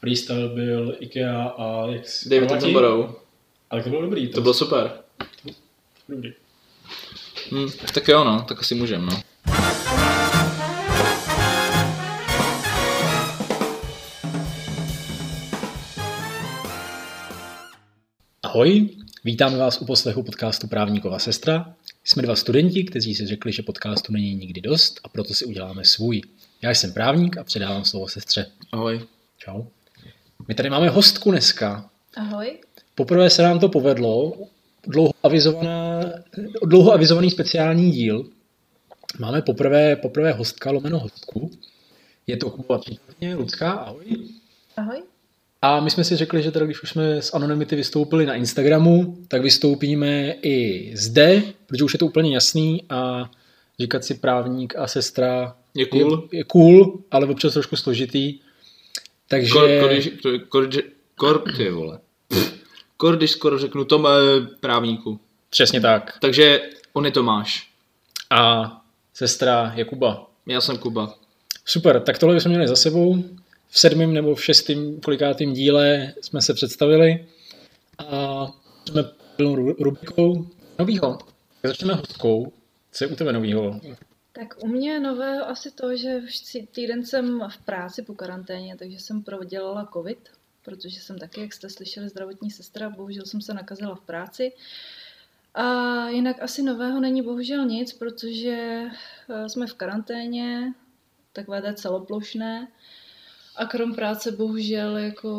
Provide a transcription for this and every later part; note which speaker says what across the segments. Speaker 1: Freestyle byl IKEA a jak si
Speaker 2: David
Speaker 1: Chorvati.
Speaker 2: Attenborough.
Speaker 1: Ale to bylo dobrý.
Speaker 2: To bylo super.
Speaker 1: dobrý.
Speaker 2: Hm, tak jo, no, tak asi můžem, no.
Speaker 1: Ahoj, vítáme vás u poslechu podcastu Právníkova sestra. Jsme dva studenti, kteří si řekli, že podcastu není nikdy dost a proto si uděláme svůj. Já jsem právník a předávám slovo sestře.
Speaker 2: Ahoj.
Speaker 1: Čau. My tady máme hostku dneska.
Speaker 3: Ahoj.
Speaker 1: Poprvé se nám to povedlo. Dlouho, avizovaná, dlouho avizovaný speciální díl. Máme poprvé, poprvé hostka lomeno hostku. Je to Kuba Případně, Lucka, ahoj.
Speaker 3: Ahoj.
Speaker 1: A my jsme si řekli, že teda když už jsme z anonymity vystoupili na Instagramu, tak vystoupíme i zde, protože už je to úplně jasný a říkat si právník a sestra
Speaker 2: Je cool.
Speaker 1: je, je cool ale občas trošku složitý. Takže
Speaker 2: Kor, když, kor, kor, kor, ty vole. Kor, když skoro řeknu tom právníku.
Speaker 1: přesně tak.
Speaker 2: Takže on je Tomáš.
Speaker 1: A sestra Jakuba.
Speaker 2: Já jsem Kuba.
Speaker 1: Super, tak tohle bychom měli za sebou. V sedmém nebo v šestém kolikátém díle jsme se představili a jsme plnou ru- rubrikou novýho. Začneme hostkou. Co je u tebe novýho?
Speaker 3: Tak u mě je nové asi to, že už si- týden jsem v práci po karanténě, takže jsem prodělala covid, protože jsem taky, jak jste slyšeli, zdravotní sestra, bohužel jsem se nakazila v práci. A jinak asi nového není bohužel nic, protože eh, jsme v karanténě, takové té celoplošné. A krom práce bohužel jako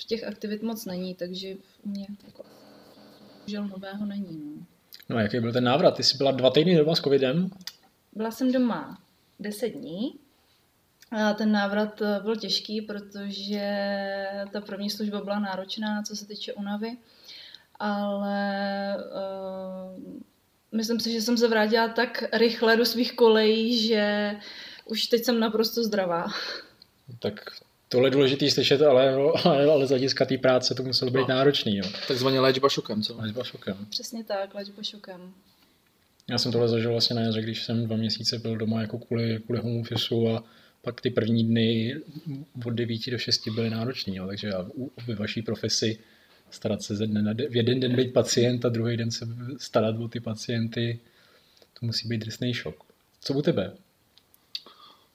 Speaker 3: v těch aktivit moc není, takže u mě jako bohužel nového není. No.
Speaker 1: No a jaký byl ten návrat? Ty jsi byla dva týdny doma s covidem?
Speaker 3: Byla jsem doma 10 dní. A ten návrat eh, byl těžký, protože ta první služba byla náročná, co se týče unavy. Ale uh, myslím si, že jsem se vrátila tak rychle do svých kolejí, že už teď jsem naprosto zdravá.
Speaker 1: Tak tohle je důležitý slyšet, ale, ale, ale z hlediska té práce to muselo být
Speaker 2: No.
Speaker 1: náročný. Jo.
Speaker 2: Takzvaně léčba šokem, co?
Speaker 1: Ale to byl šokem.
Speaker 3: Přesně tak, léčba šokem.
Speaker 1: Já jsem tohle zažil vlastně na jaře, když jsem dva měsíce byl doma jako kvůli, kvůli home officeu a pak ty první dny od 9 do 6 byly nároční, jo. takže já, u, ve vaší profesi starat se ze dne na de, v jeden den být pacient a druhý den se starat o ty pacienty, to musí být drsný šok. Co u tebe?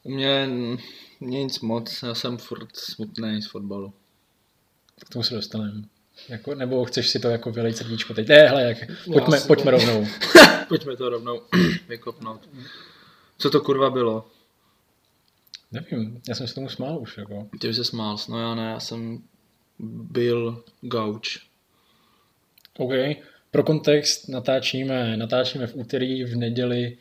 Speaker 2: U mě, mm, mě nic moc, já jsem furt smutný z fotbalu.
Speaker 1: K tomu se dostaneme. Jako, nebo chceš si to jako vylejt srdíčko teď? Ne, hele, jak, pojďme,
Speaker 2: si-
Speaker 1: pojďme rovnou.
Speaker 2: Pojďme to rovnou vykopnout. Co to kurva bylo?
Speaker 1: Nevím, já jsem se tomu smál už, jako.
Speaker 2: Ty už se smál, no já ne, já jsem byl gauč.
Speaker 1: OK. Pro kontext natáčíme, natáčíme v úterý, v neděli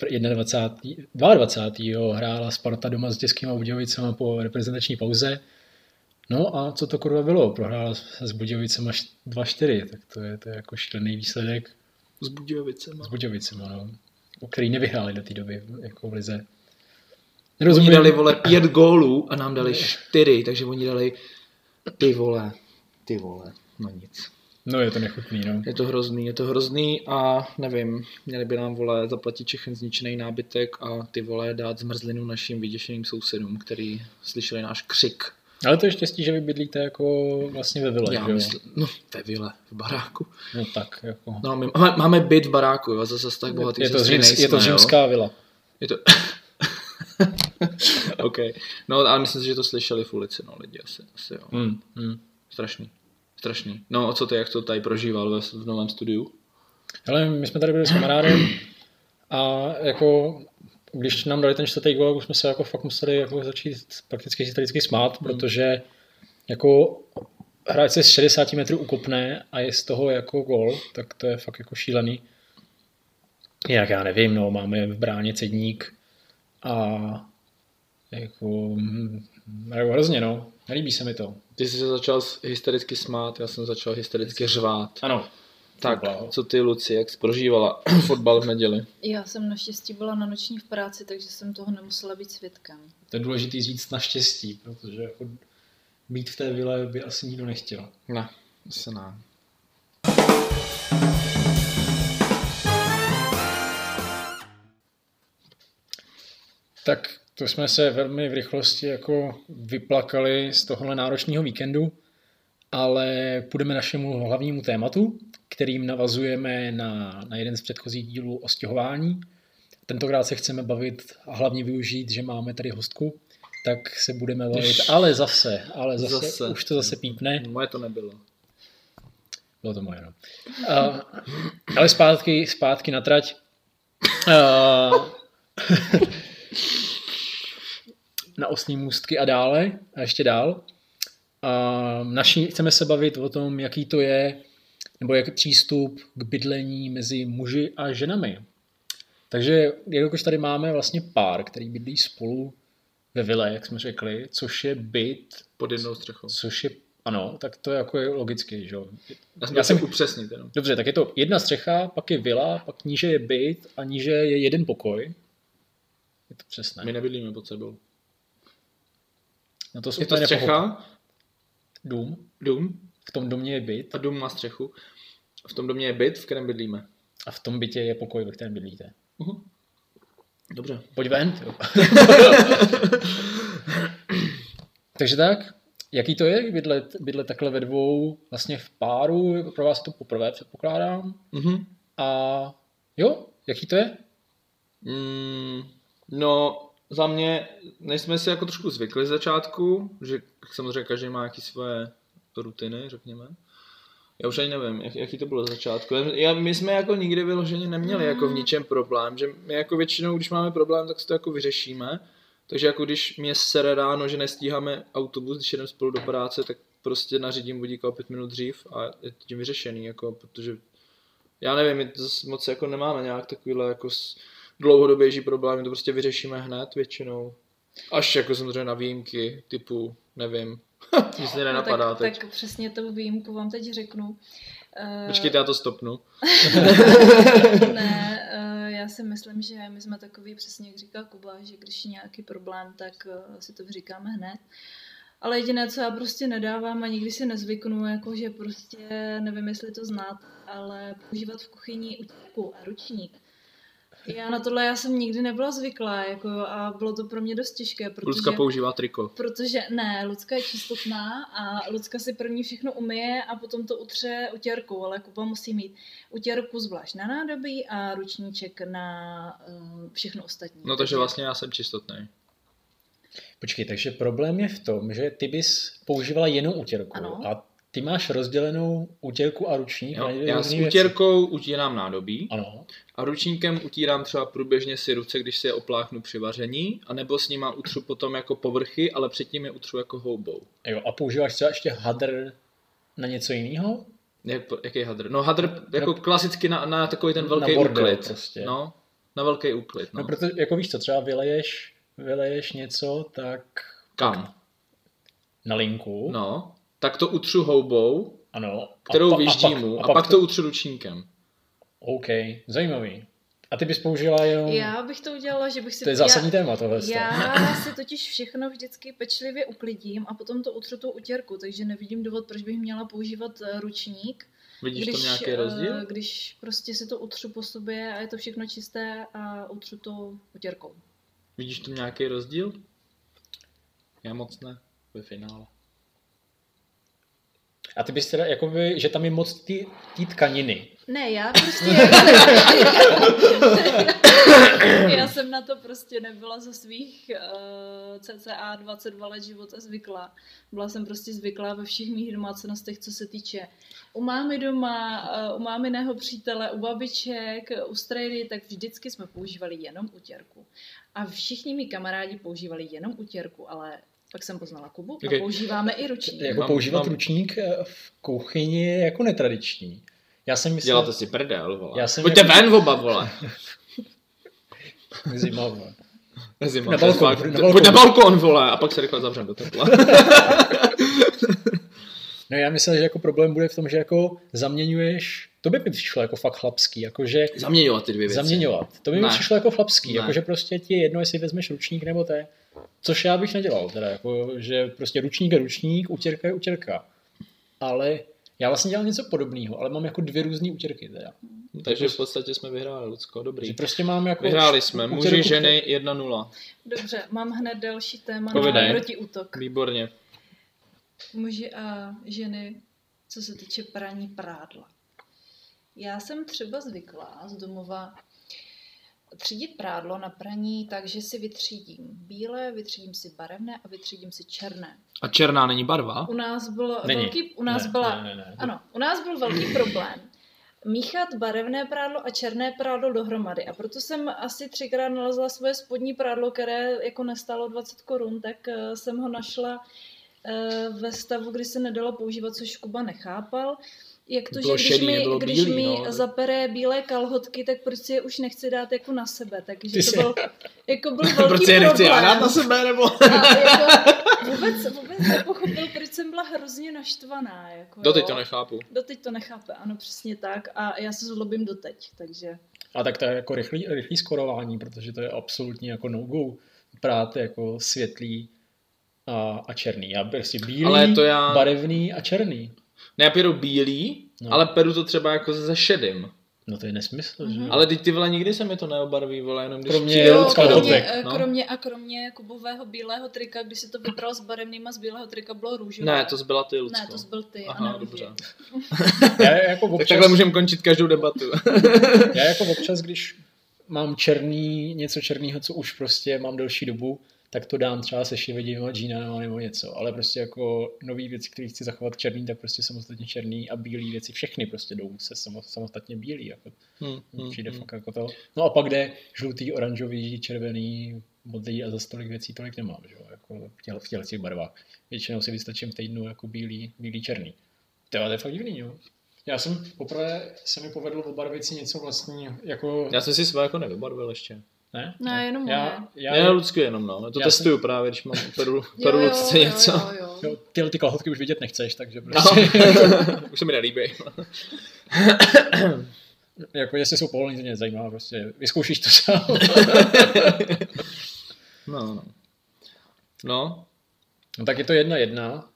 Speaker 1: pr- 21. 22. hrála Sparta doma s Českýma Budějovicema po reprezentační pauze. No a co to kurva bylo? Prohrála s s Budějovicema št- 2-4, tak to je, to je jako šílený výsledek
Speaker 2: S Budějovicema.
Speaker 1: s Budějovicema, no. O který nevyhráli do té doby jako v lize.
Speaker 2: Oni
Speaker 1: Nerozumím.
Speaker 2: dali, vole, pět gólů a nám dali čtyři, takže oni dali ty vole, ty vole, no nic.
Speaker 1: No je to nechutný, no.
Speaker 2: Je to hrozný, je to hrozný a nevím, měli by nám vole zaplatit Čechen zničený nábytek a ty vole dát zmrzlinu našim vyděšeným sousedům, který slyšeli náš křik.
Speaker 1: Ale to je štěstí, že vy bydlíte jako vlastně ve vile,
Speaker 2: Já
Speaker 1: že jo?
Speaker 2: myslím, no ve vile, v baráku.
Speaker 1: No tak, jako.
Speaker 2: No my máme, máme byt v baráku, jo, zase tak bohatý
Speaker 1: je, to
Speaker 2: sestry
Speaker 1: říms, je to
Speaker 2: nejsme, jo.
Speaker 1: římská vila.
Speaker 2: Je to... OK. No, ale myslím si, že to slyšeli v ulici, no lidi asi, asi jo.
Speaker 1: Hmm. Hmm.
Speaker 2: Strašný. Strašný. No a co ty, jak to tady prožíval ve, v novém studiu?
Speaker 1: Ale my jsme tady byli s kamarádem a jako když nám dali ten čtvrtý gol, tak už jsme se jako fakt museli jako začít prakticky hystericky smát, protože jako hráč se z 60 metrů ukopne a je z toho jako gol, tak to je fakt jako šílený. Jak já nevím, no, máme v bráně cedník a jako hm, jako hrozně, no. Nelíbí se mi to.
Speaker 2: Ty jsi se začal s- hystericky smát, já jsem začal hystericky řvát.
Speaker 1: Ano.
Speaker 2: Tak,
Speaker 1: Blaho.
Speaker 2: co ty, Luci, jak jsi prožívala fotbal v neděli?
Speaker 3: Já jsem naštěstí byla na noční v práci, takže jsem toho nemusela být svědkem.
Speaker 1: To je důležité říct naštěstí, protože jako být v té vile by asi nikdo nechtěl.
Speaker 2: Ne, se ne.
Speaker 1: Tak to jsme se velmi v rychlosti jako vyplakali z tohohle náročného víkendu, ale půjdeme našemu hlavnímu tématu, kterým navazujeme na, na jeden z předchozích dílů o stěhování. Tentokrát se chceme bavit a hlavně využít, že máme tady hostku, tak se budeme bavit,
Speaker 2: Jež.
Speaker 1: ale zase, ale zase,
Speaker 2: Zase.
Speaker 1: zase. už to zase pípne.
Speaker 2: No, Moje to nebylo.
Speaker 1: Bylo to moje, no. Uh, ale zpátky, zpátky na trať. Uh, na osní můstky a dále, a ještě dál. Uh, naší, chceme se bavit o tom, jaký to je, nebo jak přístup k bydlení mezi muži a ženami. Takže jelikož tady máme vlastně pár, který bydlí spolu ve vile, jak jsme řekli, což je byt,
Speaker 2: Pod jednou střechou.
Speaker 1: což je, ano, tak to je jako je logicky, že jo.
Speaker 2: Já jsem,
Speaker 1: Já
Speaker 2: já
Speaker 1: jsem-
Speaker 2: jsem... upřesnit jenom.
Speaker 1: Dobře, tak je to jedna střecha, pak je vila, pak níže je byt a níže je jeden pokoj. Je to přesné.
Speaker 2: My nebydlíme pod sebou.
Speaker 1: Na to,
Speaker 2: Je to střecha,
Speaker 1: Dům.
Speaker 2: dům
Speaker 1: V tom domě je byt
Speaker 2: a dům má střechu. V tom domě je byt, v kterém bydlíme.
Speaker 1: a v tom bytě je pokoj, ve kterém bydlíte.
Speaker 2: Uhu. Dobře.
Speaker 1: Pojď ven. jo. Takže tak, jaký to je bydlet, bydlet takhle ve dvou, vlastně v páru, pro vás to poprvé předpokládám.
Speaker 2: Uhu.
Speaker 1: A jo, jaký to je?
Speaker 2: Mm, no, za mě, než jsme si jako trošku zvykli z začátku, že samozřejmě každý má nějaké své rutiny, řekněme. Já už ani nevím, jak, jaký to bylo z začátku. Já, my jsme jako nikdy vyloženě neměli jako
Speaker 3: Mm.
Speaker 2: v ničem problém, že my jako většinou, když máme problém, tak si to jako vyřešíme. Takže jako když mě sere ráno, že nestíháme autobus, když jedeme spolu do práce, tak prostě nařídím budíka o pět minut dřív a je to tím vyřešený, jako, protože já nevím, my to zas moc jako nemáme nějak takovýhle jako s- dlouhodobější problémy, to prostě vyřešíme hned většinou. Až jako samozřejmě na výjimky, typu, nevím, nic mě nenapadá
Speaker 3: no,
Speaker 2: teď.
Speaker 3: tak, tak přesně tou výjimku vám teď řeknu. Eh,
Speaker 2: Počkejte, já to stopnu.
Speaker 3: Ne, eh, já si myslím, že my jsme takový, přesně jak říkal Kuba, že když je nějaký problém, tak eh, si to vyříkáme hned. Ale jediné, co já prostě nedávám a nikdy si nezvyknu, jako že prostě, nevím, jestli to znát, ale používat v kuchyni utěku a ručník. Já na tohle já jsem nikdy nebyla zvyklá jako, a bylo to pro mě dost těžké, protože...
Speaker 2: Luzka používá triko.
Speaker 3: Protože ne, Lucka je čistotná a Lucka si první všechno umyje a potom to utře utěrku, ale Kuba musí mít utěrku zvlášť na nádobí a ručníček na uh, všechno ostatní.
Speaker 2: No takže vlastně já jsem čistotný.
Speaker 1: Počkej, takže problém je v tom, že ty bys používala jenom utěrku
Speaker 3: Ano.
Speaker 1: a ty máš rozdělenou utěrku a ručník.
Speaker 2: Jo,
Speaker 1: na dvě
Speaker 2: já s
Speaker 1: různý věci.
Speaker 2: utírkou utírám nádobí
Speaker 1: Ano,
Speaker 2: a ručníkem utírám třeba průběžně si ruce, když si je opláchnu při vaření, anebo s nima utřu potom jako povrchy, ale předtím je utřu jako houbou.
Speaker 1: jo, a používáš třeba ještě hadr na něco jiného?
Speaker 2: Jak, jaký hadr? No hadr jako klasicky na, na takový ten
Speaker 1: Na
Speaker 2: velký
Speaker 1: bordel
Speaker 2: úklid.
Speaker 1: prostě.
Speaker 2: No, na velký úklid.
Speaker 1: No.
Speaker 2: No.
Speaker 1: no protože, jako víš co, třeba vyleješ, vyleješ něco, tak
Speaker 2: Kam?
Speaker 1: na linku,
Speaker 2: No, tak to utřu houbou,
Speaker 1: ano,
Speaker 2: kterou
Speaker 1: pa-
Speaker 2: vyždím
Speaker 1: pak-
Speaker 2: mu, a, pak to utřu ručníkem.
Speaker 1: OK, zajímavý. A ty bys použila jenom...
Speaker 3: Já bych to udělala, že bych si...
Speaker 1: To je
Speaker 3: já-
Speaker 1: zásadní téma tohle.
Speaker 3: Já si totiž všechno vždycky pečlivě uklidím a potom to utřu tou utěrku, takže nevidím důvod, proč bych měla používat eh, ručník,
Speaker 2: Vidíš tam nějaký
Speaker 3: eh,
Speaker 2: rozdíl?
Speaker 3: když prostě si to utřu po sobě a je to všechno čisté a utřu to utěrkou.
Speaker 2: Vidíš tam nějaký rozdíl? Já moc ne, ve finále.
Speaker 1: A ty bys teda, jakoby, že tam je moc ty, ty tkaniny.
Speaker 3: Ne, já prostě... jako- já jsem na to prostě nebyla ze svých uh, cca 22 let života zvyklá. Byla jsem prostě zvyklá ve všech mých domácnostech, co se týče u mámy doma, uh, u máminého přítele, u babiček, u strejdy, tak vždycky jsme používali jenom utěrku. A všichni mi kamarádi používali jenom utěrku, ale pak jsem poznala Kubu a
Speaker 2: Okay.
Speaker 3: používáme i ruční.
Speaker 1: Jako
Speaker 2: Mám-
Speaker 1: používat
Speaker 2: mám-
Speaker 1: ručník eh, v kuchyni je jako netradiční. Já jsem myslel...
Speaker 2: Děláte si prdel, vole.
Speaker 1: Já jsem
Speaker 2: Pojďte
Speaker 1: jako-
Speaker 2: ven oba, vole.
Speaker 1: Zima, vole.
Speaker 2: Zima,
Speaker 1: Na
Speaker 2: to je
Speaker 1: balkon,
Speaker 2: fakt.
Speaker 1: na balkon.
Speaker 2: Pojď na balkon, vole. A pak se rychle zavřem do tepla.
Speaker 1: No já myslím, že jako problém bude v tom, že jako zaměňuješ, to by mi přišlo jako fakt chlapský, jakože
Speaker 2: Zaměňovat ty dvě věci.
Speaker 1: zaměňovat. To by mi
Speaker 2: Ne.
Speaker 1: přišlo jako chlapský,
Speaker 2: Ne.
Speaker 1: jakože prostě ti je jedno, jestli vezmeš ručník nebo té. Což já bych nedělal, teda jako, že prostě ručník je ručník, utěrka je utěrka. Ale já vlastně dělám něco podobného, ale mám jako dvě různé utěrky teda.
Speaker 2: Takže v podstatě jsme vyhráli, Lucko,
Speaker 1: Že
Speaker 2: dobrý.
Speaker 1: prostě máme jako...
Speaker 2: Vyhráli jsme,
Speaker 1: úterý-
Speaker 2: muži, ženy, 1-0.
Speaker 3: Dobře, mám hned další téma
Speaker 2: Povídej.
Speaker 3: na protiútok.
Speaker 2: Výborně.
Speaker 3: Muži a ženy, co se týče praní prádla. Já jsem třeba zvyklá z domova třídit prádlo na praní tak, že si vytřídím bílé, vytřídím si barevné a vytřídím si černé.
Speaker 2: A černá není barva?
Speaker 3: U nás bylo
Speaker 1: Není.
Speaker 3: velký, u nás
Speaker 1: ne,
Speaker 3: byla
Speaker 1: Ne, ne, ne.
Speaker 3: Ano, u nás byl velký problém míchat barevné prádlo a černé prádlo dohromady. A proto jsem asi třikrát nalezla svoje spodní prádlo, které jako nestálo 20 korun, tak eh, jsem ho našla eh, ve stavu, kdy se nedalo používat, což Kuba nechápal. Jak to,
Speaker 2: Bylo
Speaker 3: že když
Speaker 2: šedý,
Speaker 3: mi,
Speaker 2: nebylo
Speaker 3: když
Speaker 2: bílý,
Speaker 3: mi
Speaker 2: no.
Speaker 3: zapere bílé kalhotky, tak proč si je už nechci dát jako na sebe. Takže
Speaker 1: Ty
Speaker 3: to
Speaker 1: si-
Speaker 3: byl, jako byl velký
Speaker 2: Proč si je nechci já
Speaker 3: problém.
Speaker 2: dát na sebe, nebo?
Speaker 3: A jako vůbec, vůbec nepochopil, proč jsem byla hrozně naštvaná. Jako,
Speaker 2: Doteď
Speaker 3: jo.
Speaker 2: No, to nechápu.
Speaker 3: Doteď to nechápe, ano, přesně tak. A já se zlobím doteď, takže...
Speaker 1: A tak to je jako rychlý, rychlý skorování, protože to je absolutně jako no-go prát jako světlý a, a černý. Já bych si bílý,
Speaker 2: Ale to já-
Speaker 1: barevný a černý.
Speaker 2: Ne, já pěru bílý,
Speaker 1: No.
Speaker 2: ale peru to třeba jako ze šedým.
Speaker 1: No to je nesmysl, že?
Speaker 3: Mhm.
Speaker 1: jo?
Speaker 2: Ale teď ty vole, nikdy se mi to neobarví, vole, jenom když
Speaker 1: Kromě-
Speaker 2: přijde
Speaker 1: Jo,
Speaker 2: Lucka do
Speaker 1: kromě-
Speaker 2: tek,
Speaker 3: eh,
Speaker 2: no.
Speaker 3: kromě, a kromě kubového bílého trika, když si to vybral s barevným a z bílého trika bylo růžové.
Speaker 2: Ne, to zbyla ty, Lucko.
Speaker 3: ne, to byl ty.
Speaker 2: Aha,
Speaker 3: ano,
Speaker 2: dobře.
Speaker 3: dobře.
Speaker 1: Já jako
Speaker 2: Tak
Speaker 1: občas,
Speaker 2: takhle můžeme končit každou debatu.
Speaker 1: já jako občas, když mám černý, něco černého, co už prostě mám delší dobu, tak to dám třeba se šivedím a džínama nebo něco. Ale prostě jako nový věci, které chci zachovat černý, tak prostě samostatně černý a bílý věci, všechny prostě jdou se samo- samostatně bílý. Jako.
Speaker 2: Hmm, hmm,
Speaker 1: Přijde
Speaker 2: hmm.
Speaker 1: fakt jako to. No a pak jde žlutý, oranžový, červený, modrý a zase tolik věcí tolik nemám, že jo? Jako v těle, v těle těch barvách. Většinou si vystačím v týdnu jako bílý, bílý černý. To je ale fakt divný, jo. Já jsem poprvé se mi povedlo obarvit si něco vlastního, jako...
Speaker 2: Já jsem si své jako nevybarvil ještě.
Speaker 1: Ne?
Speaker 3: Ne, jenom
Speaker 1: já, já,
Speaker 2: Já, já Lucku jenom, no. Já to
Speaker 1: Já
Speaker 2: testuju právě, když mám peru, peru Lucce něco.
Speaker 3: Jo, jo, jo.
Speaker 1: jo, tyhle ty kalhotky už vidět nechceš, takže
Speaker 2: No.
Speaker 1: prostě...
Speaker 2: Už se mi nelíbí.
Speaker 1: jako jestli jsou povolení, to mě nezajímá, prostě vyzkoušíš to sám.
Speaker 2: No, no. No,
Speaker 1: no tak je to jedna jedna.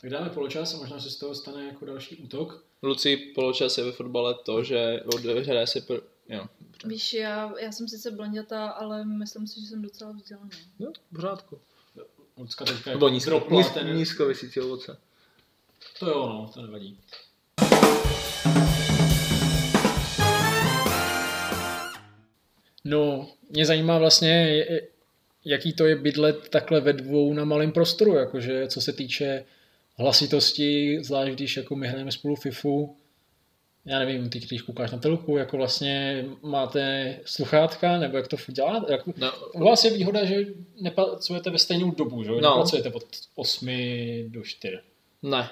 Speaker 1: Tak dáme poločas a možná se z toho stane jako další útok.
Speaker 2: Luci poločas je ve fotbale to, že odehraje se... Pr... Jo,
Speaker 3: Víš, já, já jsem sice blondětá, ale myslím si, že jsem docela vzdělaná.
Speaker 2: no, v pořádku.
Speaker 1: Lucka teďka
Speaker 2: Nebo
Speaker 1: jako
Speaker 2: nízko,
Speaker 1: dropla
Speaker 2: nízko,
Speaker 1: ten...
Speaker 2: nízko vysící ovoce.
Speaker 1: To jo, no, to nevadí. No, mě zajímá vlastně, je- je- jaký to je bydlet takhle ve dvou na malém prostoru, jakože co se týče hlasitosti, zvlášť když jako my hrajeme spolu FIFU, já nevím, ty když koukáš na telku, jako vlastně máte sluchátka, nebo jak to furt děláte? Jak,
Speaker 2: No,
Speaker 1: u vás je výhoda, že nepracujete ve stejnou dobu, že? No.
Speaker 2: No.
Speaker 1: Nepracujete od 8 do 4.
Speaker 2: ne.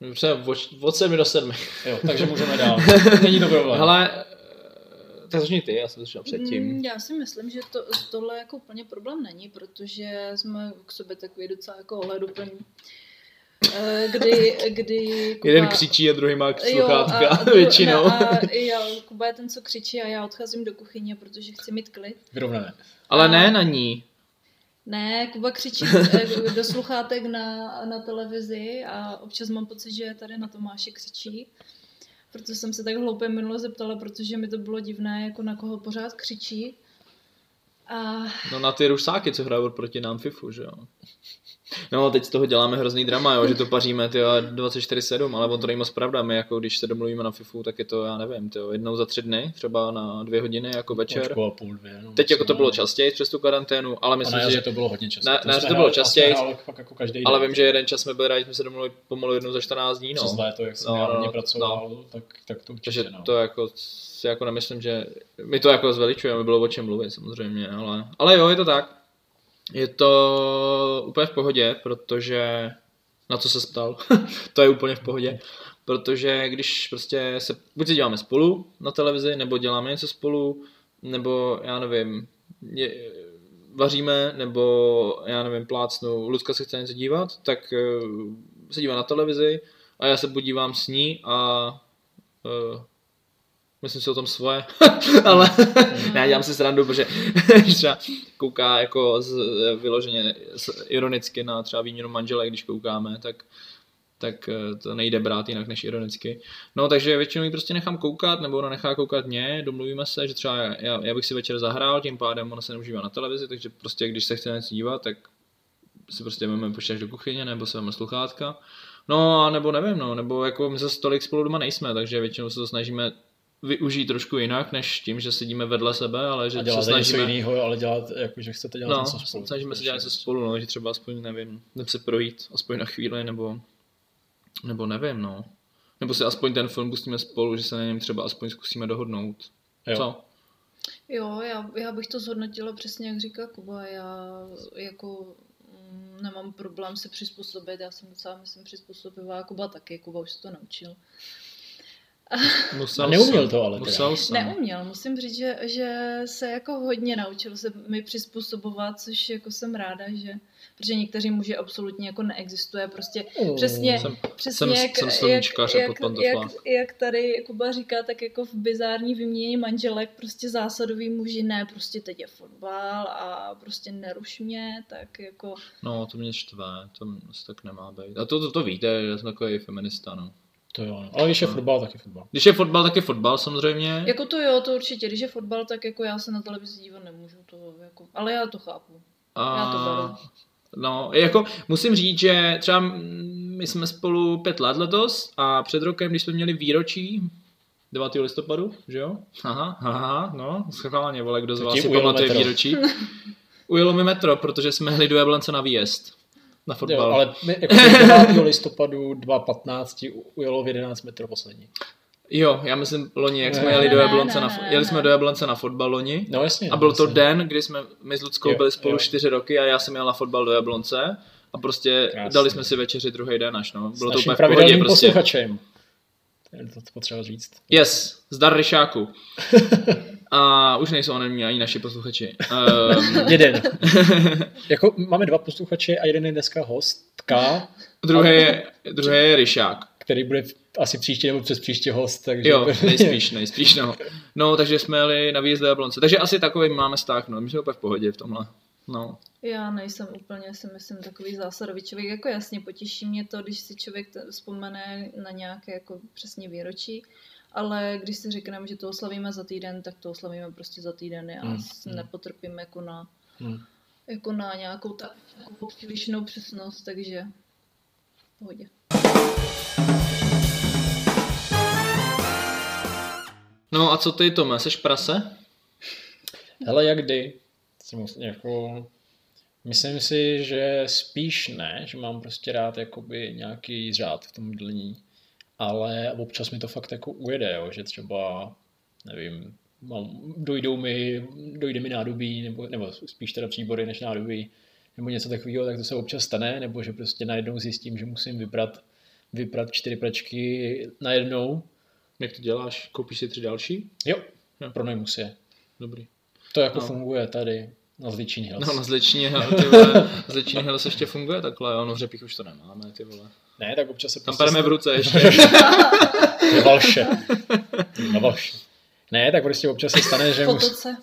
Speaker 2: Dobře, od, od 7 do 7.
Speaker 1: Jo, takže můžeme dál. Není to problém.
Speaker 2: Hele, eh, tak začni ty, já jsem začal předtím.
Speaker 3: Mm, Já si myslím, že to, tohle jako úplně problém není, protože jsme k sobě takový docela jako ohleduplní. Eh, Kdy, kdy Kuba-
Speaker 2: Jeden křičí a druhý má
Speaker 3: Jako Jo,
Speaker 2: sluchátka
Speaker 3: a- a dru-
Speaker 2: většinou.
Speaker 3: Ne, a i já, Kuba je ten, co křičí a já odcházím do kuchyně, protože chci mít klid.
Speaker 1: Vyrovnané.
Speaker 2: Ale ne na ní.
Speaker 3: Ne, Kuba křičí eh, do sluchátek na, na televizi a občas mám pocit, že tady na Tomáše křičí. Proto jsem se tak hloupě minule zeptala, protože mi to bylo divné, jako na koho pořád křičí. A
Speaker 2: No na ty rusáky, co hrajou proti nám FIFU, že jo. No, teď z toho děláme hrozný drama, jo, že to paříme ty 24-7, ale on to není moc pravda. My jako když se domluvíme na FIFU, tak je to, já nevím, tyjo, jednou za tři dny, třeba na dvě hodiny jako večer.
Speaker 1: Očko a půl dvě. No,
Speaker 2: Teď jako to bylo
Speaker 1: často.
Speaker 2: častěji přes tu karanténu, ale
Speaker 1: A na
Speaker 2: myslím si,
Speaker 1: jaře
Speaker 2: že
Speaker 1: to bylo hodně často.
Speaker 2: Na-
Speaker 1: To
Speaker 2: na jaře
Speaker 1: jsme
Speaker 2: to bylo
Speaker 1: hráli- a
Speaker 2: častěji,
Speaker 1: jsme hráli fakt jako každý
Speaker 2: ale
Speaker 1: den.
Speaker 2: vím, že jeden čas jsme byli rádi, že jsme se domluvili pomalu jednou za 14 dní,
Speaker 1: Přes
Speaker 2: no.
Speaker 1: léto, jak jsem
Speaker 2: No,
Speaker 1: no, já
Speaker 2: no,
Speaker 1: hodně
Speaker 2: no.
Speaker 1: pracoval, tak, tak to určitě.
Speaker 2: Takže
Speaker 1: no.
Speaker 2: to jako, si jako nemyslím, že my to jako zveličujeme, bylo o čem mluvit samozřejmě, ale, ale jo, je to tak. Je to úplně v pohodě, protože na co se ptal, to je úplně v pohodě, protože když prostě se, buď se děláme spolu na televizi, nebo děláme něco spolu, nebo já nevím, je, vaříme, nebo já nevím, plácnu, Lucka se chce něco dívat, tak eh, se dívá na televizi a já se podívám s ní a Uh, myslím si o tom svoje, ale ne, dělám si srandu, protože když třeba kouká jako z, vyloženě s, ironicky na třeba výměnu manželek, když koukáme, tak tak eh, to nejde brát jinak než ironicky. No, takže většinou ji prostě nechám koukat, nebo ona nechá koukat mě, domluvíme se, že třeba já, já bych si večer zahrál, tím pádem ona se nemůže na televizi, takže prostě když se chce na něco dívat, tak si prostě máme počítač do kuchyně, nebo se máme sluchátka. No, a nebo nevím, no, nebo jako my zase tolik spolu doma nejsme, takže většinou se to snažíme využít trošku jinak, než tím, že sedíme vedle sebe, ale že
Speaker 1: A
Speaker 2: se
Speaker 1: děláte něco
Speaker 2: snažíme,
Speaker 1: jiného, ale dělat, jako, že chcete dělat
Speaker 2: no,
Speaker 1: něco spolu.
Speaker 2: snažíme se dělat něco spolu, no, že třeba aspoň, nevím, jdem se projít, aspoň na chvíli, nebo, nebo nevím, no. Nebo si aspoň ten film pustíme spolu, že se na něm třeba aspoň zkusíme dohodnout.
Speaker 1: Jo.
Speaker 2: Co?
Speaker 3: Jo, já, já bych to zhodnotila přesně, jak říká Kuba. Já jako mm, nemám problém se přizpůsobit, já jsem docela, myslím, přizpůsobivá. Kuba taky, Kuba už se to naučil.
Speaker 2: Musel
Speaker 1: A neuměl
Speaker 2: jsem,
Speaker 1: to ale teda.
Speaker 2: Musel jsem.
Speaker 3: Neuměl, musím říct, že, že se jako hodně naučil se mi přizpůsobovat, což jako jsem ráda, že protože někteří muži absolutně jako neexistuje, prostě
Speaker 1: Mm.
Speaker 3: přesně,
Speaker 2: Jsem-
Speaker 3: přesně
Speaker 2: jsem-
Speaker 3: jak,
Speaker 2: jsem sluníčkař
Speaker 3: jak,
Speaker 2: jako pan
Speaker 3: jak,
Speaker 2: Toflák.
Speaker 3: jak, tady Kuba říká, tak jako v bizární výměně manželek prostě zásadový muži ne, prostě teď je fotbal a prostě neruš mě, tak jako
Speaker 2: No, to mě štve, to asi tak nemá být. A to, to, to víte, že jsem takový feminista, no.
Speaker 1: To jo, no. ale když je fotbal, tak je fotbal.
Speaker 2: Když je fotbal, tak je fotbal samozřejmě.
Speaker 3: Jako to jo, to určitě, když je fotbal, tak jako já se na televizi dívat nemůžu, to jako, ale já to chápu.
Speaker 2: A...
Speaker 3: Já to beru.
Speaker 2: No, jako musím říct, že třeba my jsme spolu pět let letos a před rokem, když jsme měli výročí 9. listopadu, že jo? Aha, aha, no, schválně, vole, kdo z
Speaker 1: To
Speaker 2: vás
Speaker 1: ti
Speaker 2: si
Speaker 1: ujelo
Speaker 2: pamatuje
Speaker 1: metro.
Speaker 2: výročí. Ujelo mi metro, protože jsme hli do Jablonce na výjezd. Na
Speaker 1: Jo,
Speaker 2: fotbal.
Speaker 1: ale my, jako 9. listopadu 2.15 ujelo v 11 metrů poslední.
Speaker 2: jo já myslím loni, jak jsme
Speaker 1: Ne,
Speaker 2: jeli
Speaker 1: ne,
Speaker 2: do
Speaker 3: ne,
Speaker 2: Jablonce
Speaker 3: ne,
Speaker 2: na,
Speaker 3: ne,
Speaker 2: fo-
Speaker 3: ne.
Speaker 2: jeli jsme do Jablonce na fotbal loni.
Speaker 1: No jasně.
Speaker 2: A byl to
Speaker 1: jasně.
Speaker 2: den, kdy jsme my s Luckou
Speaker 1: Jo,
Speaker 2: byli spolu
Speaker 1: jo.
Speaker 2: čtyři roky a já jsem jel na fotbal do Jablonce a prostě
Speaker 1: Krásný.
Speaker 2: dali jsme si večeři druhý den až, no. Bylo
Speaker 1: S
Speaker 2: to
Speaker 1: naším
Speaker 2: úplně v pohodě
Speaker 1: pravidelným
Speaker 2: prostě.
Speaker 1: posluchačem. To je To to potřeba říct.
Speaker 2: Yes, zdar Ryšáku. A už nejsou anonimní ani naši posluchači. Um,
Speaker 1: Jeden. jako máme dva posluchače a jeden je dneska hostka,
Speaker 2: druhý, je, druhý je Ryšák.
Speaker 1: který bude asi příště nebo přes příště host, takže...
Speaker 2: Jo, nejspíš, nejspíš, no. No, takže jsme jeli na výjezd do Jablonce. Takže asi takový máme vztah, no. My jsme úplně v pohodě v tomhle. No,
Speaker 3: Já nejsem úplně, si myslím, takový zásadový člověk. Jako jasně potěší mě to, když si člověk t- vzpomene na nějaké jako přesně výročí, ale když si řekneme, že to oslavíme za týden, tak to oslavíme prostě za týden a
Speaker 1: Mm,
Speaker 3: mm,
Speaker 1: mm.
Speaker 3: nepotrpím jako na,
Speaker 1: Hmm.
Speaker 3: jako na nějakou tak jako přílišnou přesnost, takže v pohodě.
Speaker 2: no a co ty, Tome, seš prase?
Speaker 1: Hele, jak kdy? Si mus- Jako, myslím si, že spíš ne, že mám prostě rád jakoby nějaký řád v tom dlní, ale občas mi to fakt jako ujede, jo, že třeba, nevím, mám, dojdou mi, dojde mi nádobí, nebo, nebo spíš teda příbory než nádobí, nebo něco takového, tak to se občas stane, nebo že prostě najednou zjistím, že musím vybrat, vybrat čtyři pračky najednou.
Speaker 2: Jak to děláš? Koupíš si tři další?
Speaker 1: Jo,
Speaker 2: Jo.
Speaker 1: pronajmu si je.
Speaker 2: Dobrý.
Speaker 1: To jako
Speaker 2: No.
Speaker 1: no. funguje tady na Zličín Hills.
Speaker 2: No, na Zličině, Hill, ty vole, Zličině Hills ještě funguje takhle, jo, no v Řepích už to nemáme, ty vole.
Speaker 1: Ne, tak občas se
Speaker 2: Tam
Speaker 1: prostě
Speaker 2: pereme v ruce ještě.
Speaker 1: Na valše. Na valše. Ne, tak prostě občas se stane, že musí...
Speaker 3: Potoce,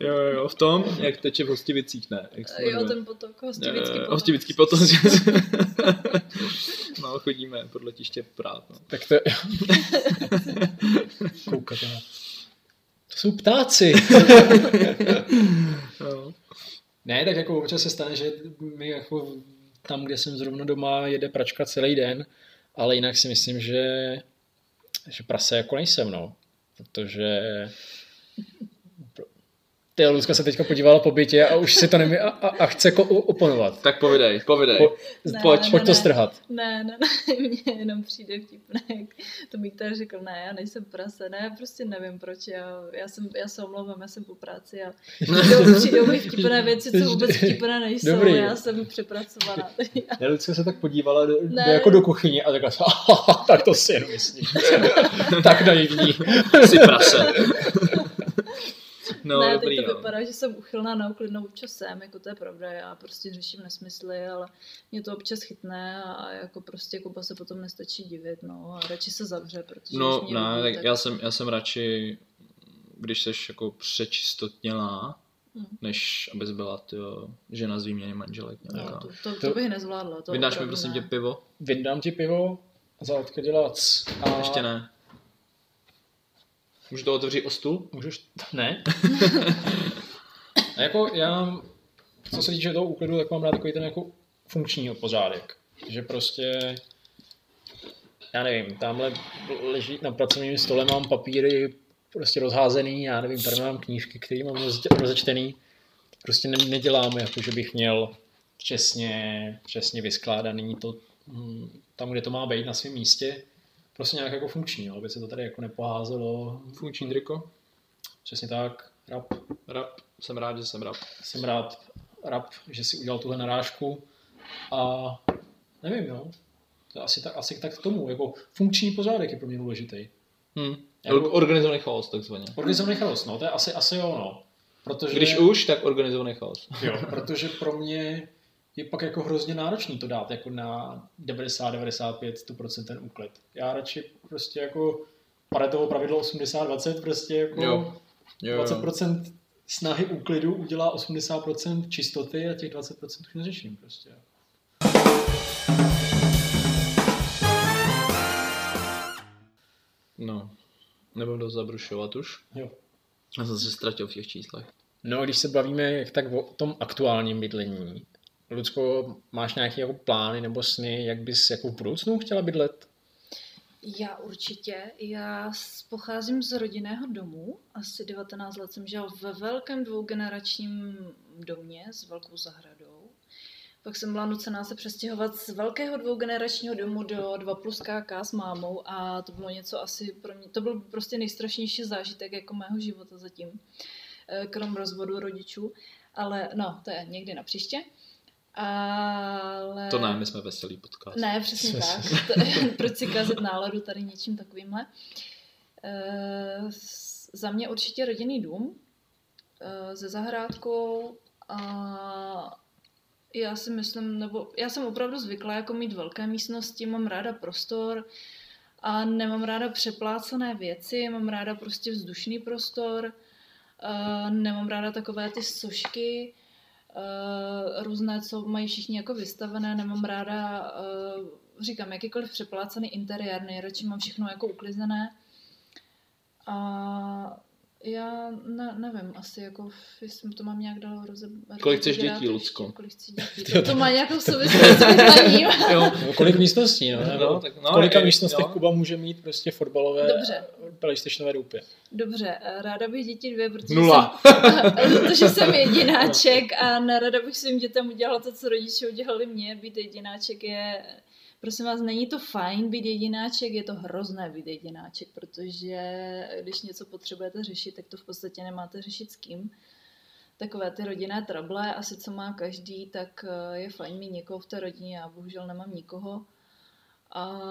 Speaker 2: Jo, jo, jo, v tom, jak teče v Hostivicích, ne? Jak se to
Speaker 3: jo,
Speaker 2: jmenuje?
Speaker 3: ten potok, hostivický
Speaker 2: Eh,
Speaker 3: potok.
Speaker 2: Hostivický potom. no, chodíme pod letiště prát. No.
Speaker 1: Tak to... Koukat na... To jsou ptáci.
Speaker 2: No.
Speaker 1: Ne, tak jako občas se stane, že mi jako tam, kde jsem zrovna doma, jede pračka celý den, ale jinak si myslím, že, že prase jako nejsem, no. Protože ty Luzka se teďka podívala po bytě a už si to nemí a, a, a chce jako o- oponovat.
Speaker 2: Tak povidej, povidej.
Speaker 1: Po,
Speaker 3: Ne,
Speaker 1: pojď,
Speaker 3: ne,
Speaker 1: pojď to
Speaker 3: ne.
Speaker 1: strhat.
Speaker 3: Ne, ne, ne, mně jenom přijde vtipné, jak to mi tady řekl, ne, já nejsem prase, ne, prostě nevím proč, já, já, jsem, já se omlouvám, já jsem po práci a přijdou, přijdou mi vtipné věci, co vůbec vtipné nejsou,
Speaker 1: Dobrý.
Speaker 3: já jsem přepracovaná.
Speaker 1: Ne, Lucka se tak podívala do,
Speaker 3: Ne.
Speaker 1: do, jako do kuchyně a řekla si, tak to si jenom myslí. tak naivní.
Speaker 2: Jsi prase. No,
Speaker 3: ne,
Speaker 2: dobrý,
Speaker 3: teď to
Speaker 2: no.
Speaker 3: vypadá, že jsem uchylná na uklidnou občas jsem, jako to je pravda, já prostě řeším nesmysly, ale mě to občas chytne a, a jako prostě Kuba se potom nestačí divit, no a radši se zavře, protože
Speaker 2: No,
Speaker 3: když mě
Speaker 2: ne,
Speaker 3: vidí,
Speaker 2: tak já jsem, já jsem radši, když seš jako přečistotnělá,
Speaker 3: Mm.
Speaker 2: než abys byla tyjo, žena z výměny manželek nějaká.
Speaker 3: No,
Speaker 2: No,
Speaker 3: to, to, to, bych nezvládla. To
Speaker 2: Vydáš mi
Speaker 3: opravdu
Speaker 2: prosím
Speaker 3: ne.
Speaker 2: tě pivo?
Speaker 1: Vyndám ti pivo, za dělat.
Speaker 2: A... Ještě ne. Můžu to otevřít o stůl?
Speaker 1: Můžu... Ne. a jako já, co se týče toho úklidu, tak mám rád takový ten jako funkční pořádek. Že prostě, já nevím, tamhle leží na pracovním stole, mám papíry prostě rozházený, já nevím, tady mám knížky, které mám roz- rozečtený. Prostě ne- nedělám, jako že bych měl přesně, přesně vyskládaný to hm, tam, kde to má být na svém místě. Prostě nějak jako funkční, jo, aby se to tady jako nepoházelo
Speaker 2: Funkční triko?
Speaker 1: Přesně tak, rap.
Speaker 2: Rap. Jsem rád, že jsem rap.
Speaker 1: Jsem rád rap, že si udělal tuhle narážku. A nevím, no. To je asi tak, asi tak k tomu. Jako funkční pořádek je pro mě důležitý.
Speaker 2: Hm.
Speaker 1: Jako-
Speaker 2: Or- Organizovaný chaos takzvaně.
Speaker 1: Organizovaný chaos, no, to je asi, asi jo, no. Protože,
Speaker 2: Když už, tak organizovaný chaos.
Speaker 1: jo, protože pro mě je pak jako hrozně náročný to dát jako na 90-95% ten úklid. Já radši prostě jako paretovo pravidlo 80-20 prostě jako
Speaker 2: Jo.
Speaker 1: 20% snahy úklidu udělá 80% čistoty a těch 20% už neřeším prostě.
Speaker 2: No. Nebudu to zabrušovat už.
Speaker 1: Jo.
Speaker 2: Já jsem se ztratil v těch číslech.
Speaker 1: No a když se bavíme jak tak o tom aktuálním bydlení, Lucko, máš nějaké jako plány nebo sny, jak bys jako v budoucnu chtěla bydlet?
Speaker 3: Já určitě. Já s- pocházím z rodinného domu. Asi 19 let jsem žila ve velkém dvougeneračním domě s velkou zahradou. Pak jsem byla nucená se přestěhovat z velkého dvougeneračního domu do 2 plus KK s mámou a to bylo něco asi pro mě, to byl prostě nejstrašnější zážitek jako mého života zatím, eh, krom rozvodu rodičů, ale no, to je někdy na příště. Ale...
Speaker 2: To ne, my jsme veselý podcast.
Speaker 3: Ne, přesně tak. To- Proč si kazit náladu tady něčím takovýmhle? Eh, s- Za mě určitě rodinný dům eh, se zahrádkou a já si myslím, nebo já jsem opravdu zvyklá jako mít velké místnosti, mám ráda prostor a nemám ráda přeplácané věci, mám ráda prostě vzdušný prostor, eh, nemám ráda takové ty sošky, eh, různé, co mají všichni jako vystavené, nemám ráda, eh, říkám, jakýkoliv přeplácený interiér, nejradši mám všechno jako uklizené. A já ne, nevím, asi jako, jestli to mám nějak dalo rozebrat.
Speaker 2: Kolik chceš
Speaker 3: rozebrat
Speaker 2: dětí,
Speaker 3: ještě,
Speaker 2: Lucko?
Speaker 3: Kolik chci dětí. To, to má nějakou souvislost s bydlením.
Speaker 2: Jo.
Speaker 1: No, kolik místností, no? Nebo
Speaker 2: No, tak no,
Speaker 1: v kolika
Speaker 2: je-
Speaker 1: místnostech
Speaker 2: jo.
Speaker 1: Kuba může mít prostě fotbalové
Speaker 3: Dobře.
Speaker 1: PlayStationové doupě?
Speaker 3: Dobře, eh, ráda bych děti dvě, protože,
Speaker 2: Nula.
Speaker 3: Jsem, protože jsem jedináček a nerada bych svým dětem udělala to, co rodiče udělali mě. Být jedináček je, prosím vás, není to fajn být jedináček, je to hrozné být jedináček, protože když něco potřebujete řešit, tak to v podstatě nemáte řešit s kým. Takové ty rodinné trable, asi co má každý, tak eh, je fajn mít někoho v té rodině, já bohužel nemám nikoho. A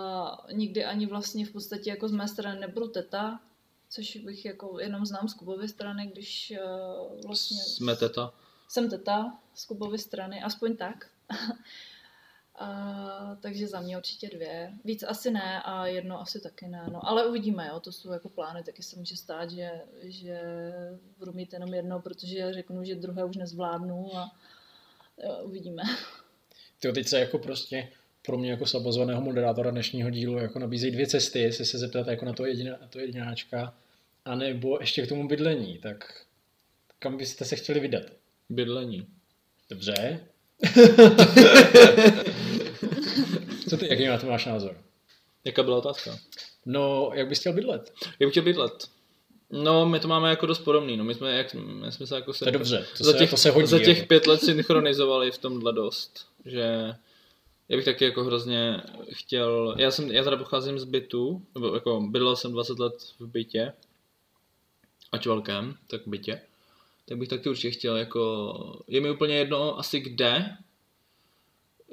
Speaker 3: nikdy ani vlastně v podstatě jako z mé strany nebudu teta, což bych jako jenom znám z Kubovy strany, když eh, vlastně
Speaker 2: Jsme teta.
Speaker 3: jsem teta z Kubovy strany, aspoň tak. a, takže za mě určitě dvě. Víc asi ne a jedno asi taky ne. No, ale uvidíme, jo, to jsou jako plány, taky se může stát, že, že budu mít jenom jedno, protože řeknu, že druhé už nezvládnu a jo, uvidíme.
Speaker 1: Ty teď se jako prostě pro mě jako samozvaného moderátora dnešního dílu jako nabízejí dvě cesty, jestli se zeptáte jako na to, jediná, na to jedináčka, anebo ještě k tomu bydlení, tak kam byste se chtěli vydat?
Speaker 2: Bydlení.
Speaker 1: Dobře. Co ty, jaký na to máš názor?
Speaker 2: Jaká byla otázka?
Speaker 1: No, jak bys chtěl bydlet?
Speaker 2: Jak chtěl bydlet? No, my to máme jako dost podobný, no, my jsme, jak, my jsme se jako
Speaker 1: To je dobře, to
Speaker 2: za
Speaker 1: se-
Speaker 2: těch,
Speaker 1: to se hodí,
Speaker 2: za těch
Speaker 1: jako.
Speaker 2: pět let synchronizovali v tomhle dost, že já bych taky jako hrozně chtěl, já jsem, já teda pocházím z bytu, nebo jako bydlel jsem 20 let v bytě, ať velkém, tak bytě, tak bych taky určitě chtěl jako, je mi úplně jedno asi kde,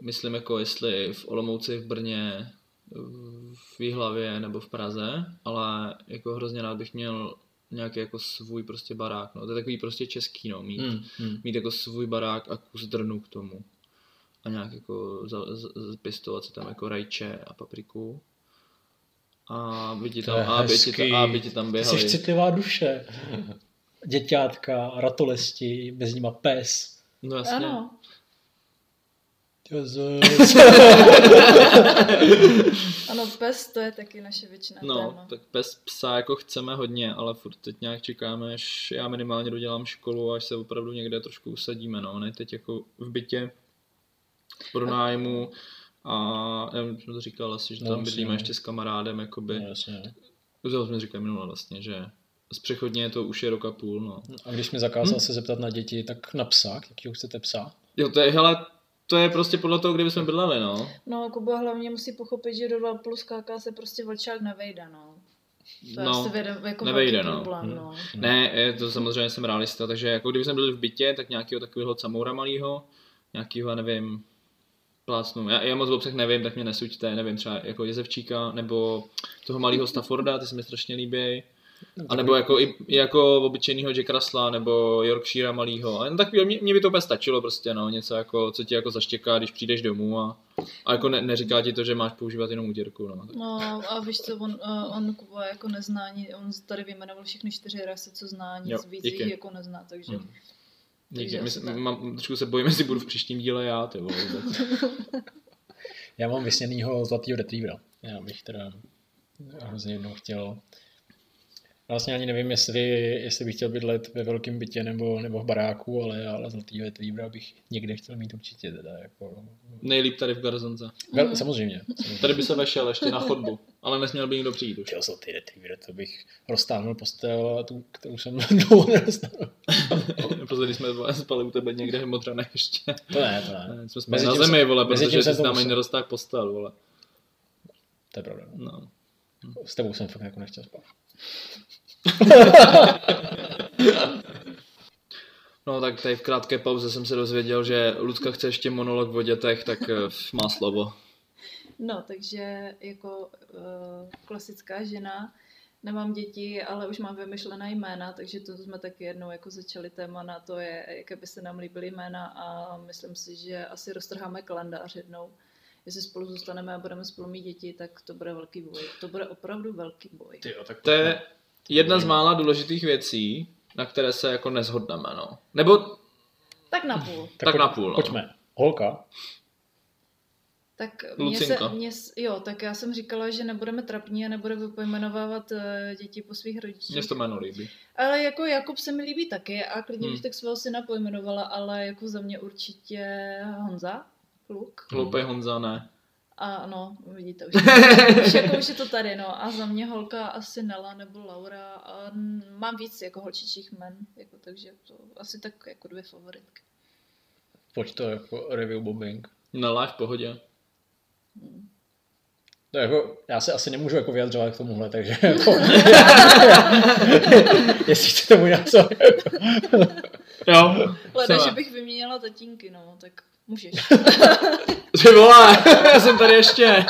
Speaker 2: myslím jako jestli v Olomouci, v Brně, v Jihlavě nebo v Praze, ale jako hrozně rád bych měl nějaký jako svůj prostě barák, no. To je takový prostě český, no, mít, hmm.
Speaker 1: hmm.
Speaker 2: mít jako svůj barák a kus drnu k tomu. A nějak jako za, za, za- pěstovat si tam jako rajče a papriku. A by ti
Speaker 1: To je
Speaker 2: tam, a by ti,
Speaker 1: hezký.
Speaker 2: ta- a by ti tam
Speaker 1: Ty jsi
Speaker 2: běhali.
Speaker 1: citlivá duše. děťátka, ratolesti, mezi nima pes.
Speaker 2: No jasně.
Speaker 3: Ano, ano, pes to je taky naše věčné
Speaker 2: No,
Speaker 3: téma.
Speaker 2: tak bez psa jako chceme hodně, ale furt teď nějak čekáme, až já minimálně dodělám školu, až se opravdu někde trošku usadíme, no, ne teď jako v bytě pro nájmu a já už jsem to říkal asi, že
Speaker 1: No,
Speaker 2: tam
Speaker 1: asi
Speaker 2: bydlíme
Speaker 1: jo.
Speaker 2: ještě s kamarádem, jakoby,
Speaker 1: No, jasně, no.
Speaker 2: už to jsme říkali minule vlastně, že přechodně to už je rok a půl, no.
Speaker 1: A když mi zakázal se zeptat na děti, tak na psa, jakýho chcete psa?
Speaker 2: Jo, to je, hele, to je prostě podle toho, kde bychom bydleli, no.
Speaker 3: No, Kuba hlavně musí pochopit, že do 2 plus KK se prostě vlčák nevejde, no. To je
Speaker 2: no.
Speaker 3: asi věde, jako
Speaker 2: nevejde,
Speaker 3: velký
Speaker 2: no.
Speaker 3: problém, no.
Speaker 2: Ne, je to samozřejmě jsem realista, takže jako kdyby jsem byl v bytě, tak nějakého takového camoura malého, nějakého, já nevím, plácnu. Já, já moc o obsah nevím, tak mě nesuďte, nevím, třeba jako Jezevčíka, nebo toho malého Stafforda, ty se mi strašně líbí. A nebo jako, i, i jako obyčejného Jack Russella, nebo Yorkshire malýho. A No, tak mě, mě, by to úplně stačilo prostě, no, něco jako, co ti jako zaštěká, když přijdeš domů a, a jako ne, neříká ti to, že máš používat jenom útěrku, no.
Speaker 3: No a víš co, on, eh, on Kuba jako neznání, on tady vyjmenoval všechny čtyři rasy, co zná, nic
Speaker 2: Jo,
Speaker 3: jo, víc
Speaker 2: díky.
Speaker 3: jich jako nezná, takže...
Speaker 2: Hm. Díky,
Speaker 3: Takže asi
Speaker 2: my,
Speaker 3: tak.
Speaker 2: mám, trošku se bojím, jestli budu v příštím díle já, ty vole, vůbec.
Speaker 1: Já mám vysněnýho zlatýho retrievera. Já bych teda hrozně jednou chtěl. Vlastně ani nevím, jestli, jestli bych chtěl bydlet ve velkém bytě nebo, nebo v baráku, ale, ale zlatýho retrievera bych někde chtěl mít určitě. Teda jako...
Speaker 2: Nejlíp tady v Garzonce.
Speaker 1: Vel, Samozřejmě. samozřejmě.
Speaker 2: Tady by se vešel ještě na chodbu, ale nesměl by nikdo přijít už.
Speaker 1: Tyjo, zlatý retriever, to bych roztáhnul postel, tu, kterou jsem dlouho neroztáhnul.
Speaker 2: Protože když jsme vole, spali u tebe někde v Modřanech ještě.
Speaker 1: To ne, to ne.
Speaker 2: Ne, Jsme spali
Speaker 1: Mezi
Speaker 2: na
Speaker 1: tím se-
Speaker 2: zemi, vole,
Speaker 1: mezi tím
Speaker 2: protože
Speaker 1: jsem
Speaker 2: jsi
Speaker 1: to
Speaker 2: tam ani
Speaker 1: musel.
Speaker 2: neroztáhl postel, vole.
Speaker 1: To je pravda. no.
Speaker 2: No.
Speaker 1: S tebou jsem fakt jako nechtěl spát.
Speaker 2: no tak tady v krátké pauze jsem se dozvěděl, že Lucka chce ještě monolog o dětech, tak eh, má slovo.
Speaker 3: No, takže jako uh, klasická žena, nemám děti, ale už mám vymyšlená jména, takže to jsme taky jednou jako začali téma na to, je, jaké by se nám líbily jména a myslím si, že asi roztrháme kalendář jednou. Jestli spolu zůstaneme a budeme spolu mít děti, tak to bude velký boj. To bude opravdu velký boj.
Speaker 1: Tyjo, tak
Speaker 2: To je jedna z mála důležitých věcí, na které se jako nezhodneme, no. Nebo
Speaker 3: Tak napůl.
Speaker 2: Tak napůl, no.
Speaker 1: Pojďme. Holka.
Speaker 3: Tak mě se,
Speaker 2: Lucinka.
Speaker 3: mě, s- jo, tak já jsem říkala, že nebudeme trapní a nebudeme pojmenovávat eh, děti po svých rodičích.
Speaker 2: mně se to jméno líbí.
Speaker 3: Ale jako Jakub se mi líbí taky a klidně
Speaker 2: Hmm.
Speaker 3: bych tak svého syna pojmenovala, ale jako za mě určitě Honza, kluk.
Speaker 2: Hloupej Honza, ne.
Speaker 3: A no, vidíte, už, už, jako, už je to tady, no. A za mě holka asi Nela nebo Laura. A n- mám víc jako holčičích men, jako, takže to asi tak jako dvě favoritky.
Speaker 1: Pojď to jako review bombing.
Speaker 2: Nelá v pohodě.
Speaker 3: Hmm.
Speaker 1: To jako, já se asi nemůžu jako vyjadřovat k tomuhle, takže jako, jestli chcete můj názor.
Speaker 2: Jo.
Speaker 3: Leda,
Speaker 2: Sama.
Speaker 3: že bych vyměnila tatínky, no, tak můžeš.
Speaker 2: Ty vole, já jsem tady ještě.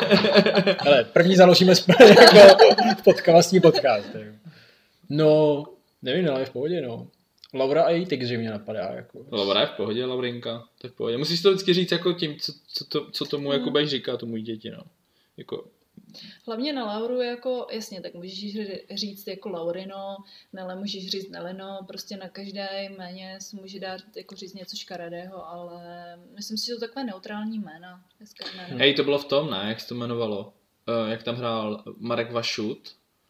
Speaker 1: Ale první založíme sp- jako podka, vlastní podcast. Jako. No, nevím, ale je v pohodě, no. Laura a její tyk, že mě napadá. Jako.
Speaker 2: Laura je No, v pohodě, Laurinka, to je v pohodě. Musíš to vždycky říct jako tím, co, co, to, co tomu jako budeš říkat, tomu děti, no. Jako,
Speaker 3: Hlavně na Lauru jako, jasně, tak můžeš ři- říct jako Laurino, Nele můžeš říct Neleno, prostě na každé jméně se může dát jako říct něco škaredého, ale myslím si, že to takové neutrální jména, hezké jména.
Speaker 2: hej, to bylo v tom, ne, jak se to jmenovalo? Uh, jak tam hrál Marek Vašut?